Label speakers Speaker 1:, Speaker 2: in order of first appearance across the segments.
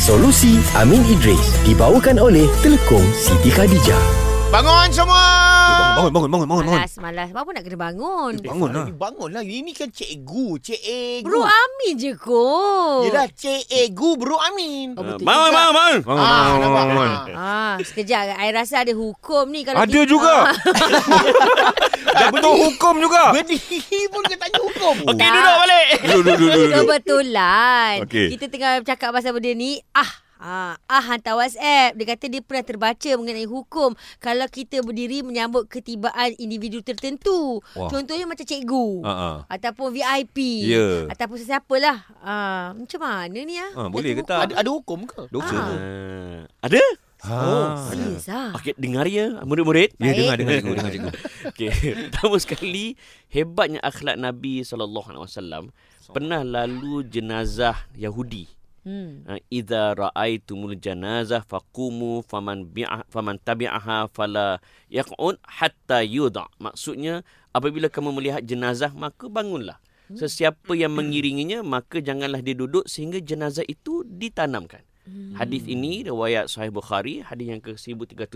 Speaker 1: Solusi Amin Idris dibawakan oleh Telekom Siti Khadijah.
Speaker 2: Bangun semua.
Speaker 3: Bangun, bangun, bangun, bangun, bangun.
Speaker 4: Malas, malas. Bapak pun nak kena bangun.
Speaker 3: Eh, bangun lah.
Speaker 2: Bangun lah. Ini kan cikgu. Cikgu.
Speaker 4: Bro Amin je kot.
Speaker 2: Yelah, cikgu Bro Amin.
Speaker 4: Oh, betul
Speaker 3: Bangun,
Speaker 4: juga.
Speaker 3: bangun, bangun. Bangun,
Speaker 2: Ah,
Speaker 3: bangun,
Speaker 2: nampak.
Speaker 3: bangun, bangun.
Speaker 2: Ah.
Speaker 4: Ah, sekejap. I rasa ada hukum ni. Kalau
Speaker 3: Ada
Speaker 4: kita-
Speaker 3: juga.
Speaker 4: Ah,
Speaker 3: Jatuh hukum juga.
Speaker 2: Ah. Berdiri pun dia tanya hukum.
Speaker 3: Okey, duduk balik. Duduk, duduk, duduk, duduk.
Speaker 4: Kebetulan.
Speaker 3: Okey.
Speaker 4: Kita tengah cakap pasal benda ni. Ah, Ah, ah hantar WhatsApp. Dia kata dia pernah terbaca mengenai hukum kalau kita berdiri menyambut ketibaan individu tertentu.
Speaker 3: Wah.
Speaker 4: Contohnya macam cikgu.
Speaker 3: Ah, ah.
Speaker 4: Ataupun VIP.
Speaker 3: Ya.
Speaker 4: Ataupun sesiapa lah. Ah, macam mana ni ah?
Speaker 3: Ah, boleh
Speaker 4: Kata
Speaker 3: ke tak?
Speaker 2: Ada, ada hukum ke?
Speaker 5: Dosa.
Speaker 4: Ah.
Speaker 5: Ah. Ada?
Speaker 3: Oh,
Speaker 4: hukum. Serius ah.
Speaker 5: Okey, dengar ya murid-murid.
Speaker 3: Ya,
Speaker 4: Baik.
Speaker 3: dengar, dengar cikgu, dengar cikgu.
Speaker 5: Okey. Pertama sekali, hebatnya akhlak Nabi SAW pernah lalu jenazah Yahudi.
Speaker 4: Hmm.
Speaker 5: Ha, Idza ra'aitumul janazah faqumu faman bi'a faman tabi'aha fala yaq'ud hatta yudha. Maksudnya apabila kamu melihat jenazah maka bangunlah. Sesiapa yang mengiringinya maka janganlah dia duduk sehingga jenazah itu ditanamkan. Hadis ini riwayat Sahih Bukhari hadis yang ke 1310.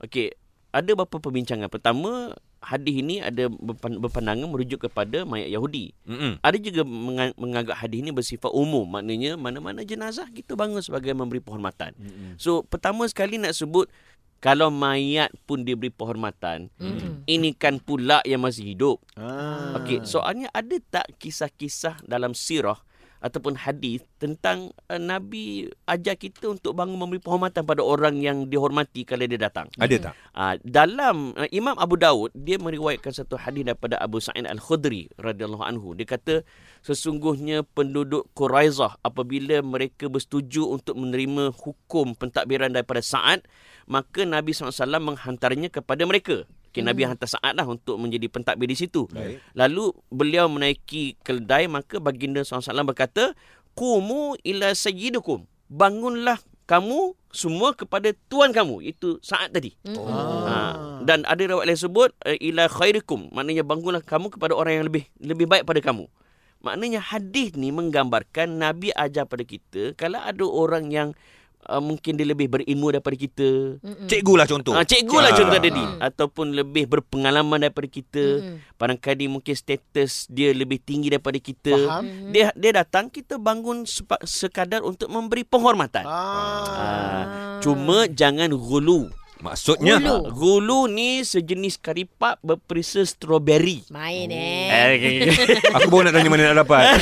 Speaker 5: Okey, ada beberapa perbincangan. Pertama, hadis ini ada berpan- berpandangan merujuk kepada mayat Yahudi.
Speaker 3: Mm-mm.
Speaker 5: Ada juga menga- menganggap hadis ini bersifat umum. Maknanya mana-mana jenazah kita bangun sebagai memberi penghormatan. So pertama sekali nak sebut kalau mayat pun diberi penghormatan,
Speaker 3: Hmm.
Speaker 4: Mm-mm.
Speaker 5: ini kan pula yang masih hidup.
Speaker 2: Ah.
Speaker 5: Okey, soalnya ada tak kisah-kisah dalam sirah ataupun hadis tentang uh, Nabi ajar kita untuk bangun memberi penghormatan pada orang yang dihormati kalau dia datang.
Speaker 3: Ada tak?
Speaker 5: Uh, dalam uh, Imam Abu Daud dia meriwayatkan satu hadis daripada Abu Sa'id Al-Khudri radhiyallahu anhu. Dia kata sesungguhnya penduduk Quraizah apabila mereka bersetuju untuk menerima hukum pentadbiran daripada Sa'ad, maka Nabi SAW menghantarnya kepada mereka. Okay, Nabi hantar Sa'ad lah untuk menjadi pentadbir di situ.
Speaker 3: Baik.
Speaker 5: Lalu beliau menaiki keldai maka baginda SAW berkata, "Qumu ila sayyidukum." Bangunlah kamu semua kepada tuan kamu. Itu Sa'ad tadi.
Speaker 4: Hmm.
Speaker 3: Oh.
Speaker 2: Ah.
Speaker 5: Ha, dan ada riwayat lain sebut eh, ila khairikum maknanya bangunlah kamu kepada orang yang lebih lebih baik pada kamu. Maknanya hadis ni menggambarkan Nabi ajar pada kita kalau ada orang yang uh, mungkin dia lebih berilmu daripada kita.
Speaker 4: Hmm.
Speaker 3: Cikgu lah contoh.
Speaker 5: Ah, cikgu lah contoh
Speaker 3: Ah.
Speaker 5: tadi ataupun lebih berpengalaman daripada
Speaker 4: Hmm.
Speaker 5: kita. Barangkali mungkin status dia lebih tinggi daripada kita.
Speaker 2: Faham?
Speaker 4: Hmm. Mm-hmm.
Speaker 5: Dia dia datang kita bangun sepa, sekadar untuk memberi penghormatan.
Speaker 2: Ah.
Speaker 5: Ah, cuma jangan ghulu.
Speaker 3: Maksudnya,
Speaker 4: Hulu.
Speaker 5: Ha, Gulu ni sejenis karipap berperisa strawberry.
Speaker 4: Main eh.
Speaker 5: Eh,
Speaker 3: aku baru nak tanya mana nak dapat.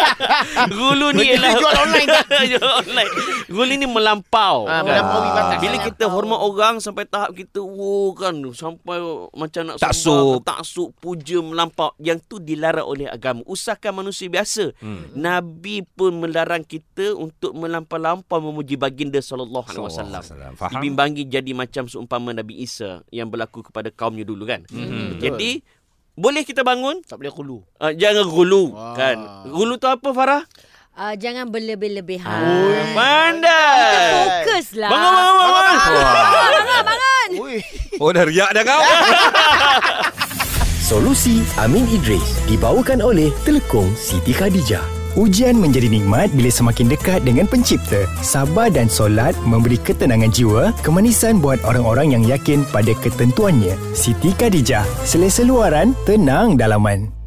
Speaker 5: Gulu
Speaker 2: Benda
Speaker 5: ni ialah
Speaker 2: ni jual online tak?
Speaker 5: Jual online. Gulu ni melampau.
Speaker 2: Ah,
Speaker 5: kan?
Speaker 2: melampaui batas. ya.
Speaker 5: Bila kita hormat orang sampai tahap kita wow kan sampai macam nak
Speaker 3: Taksub.
Speaker 5: taksub puja melampau yang tu dilarang oleh agama. Usahakan manusia biasa.
Speaker 3: Hmm.
Speaker 5: Nabi pun melarang kita untuk melampau-lampau memuji baginda sallallahu alaihi wasallam.
Speaker 3: Faham?
Speaker 5: dibimbangi jadi macam seumpama Nabi Isa yang berlaku kepada kaumnya dulu kan. Mm-hmm. Jadi boleh kita bangun
Speaker 2: Hmm, Tak boleh kulu.
Speaker 5: uh, jangan gulu
Speaker 2: Wah.
Speaker 5: kan. Gulu tu apa Farah?
Speaker 4: Ah, jangan berlebih-lebihan.
Speaker 5: Ah, pandai.
Speaker 4: Fokus lah.
Speaker 5: Bangun bangun bangun.
Speaker 2: Ui.
Speaker 3: Oh, dah riak dah kau.
Speaker 1: Solusi Amin Idris dibawakan oleh Telekom Siti Khadijah.
Speaker 6: Ujian menjadi nikmat bila semakin dekat dengan pencipta. Sabar dan solat memberi ketenangan jiwa, kemanisan buat orang-orang yang yakin pada ketentuannya. Siti Khadijah, selesa luaran, tenang dalaman.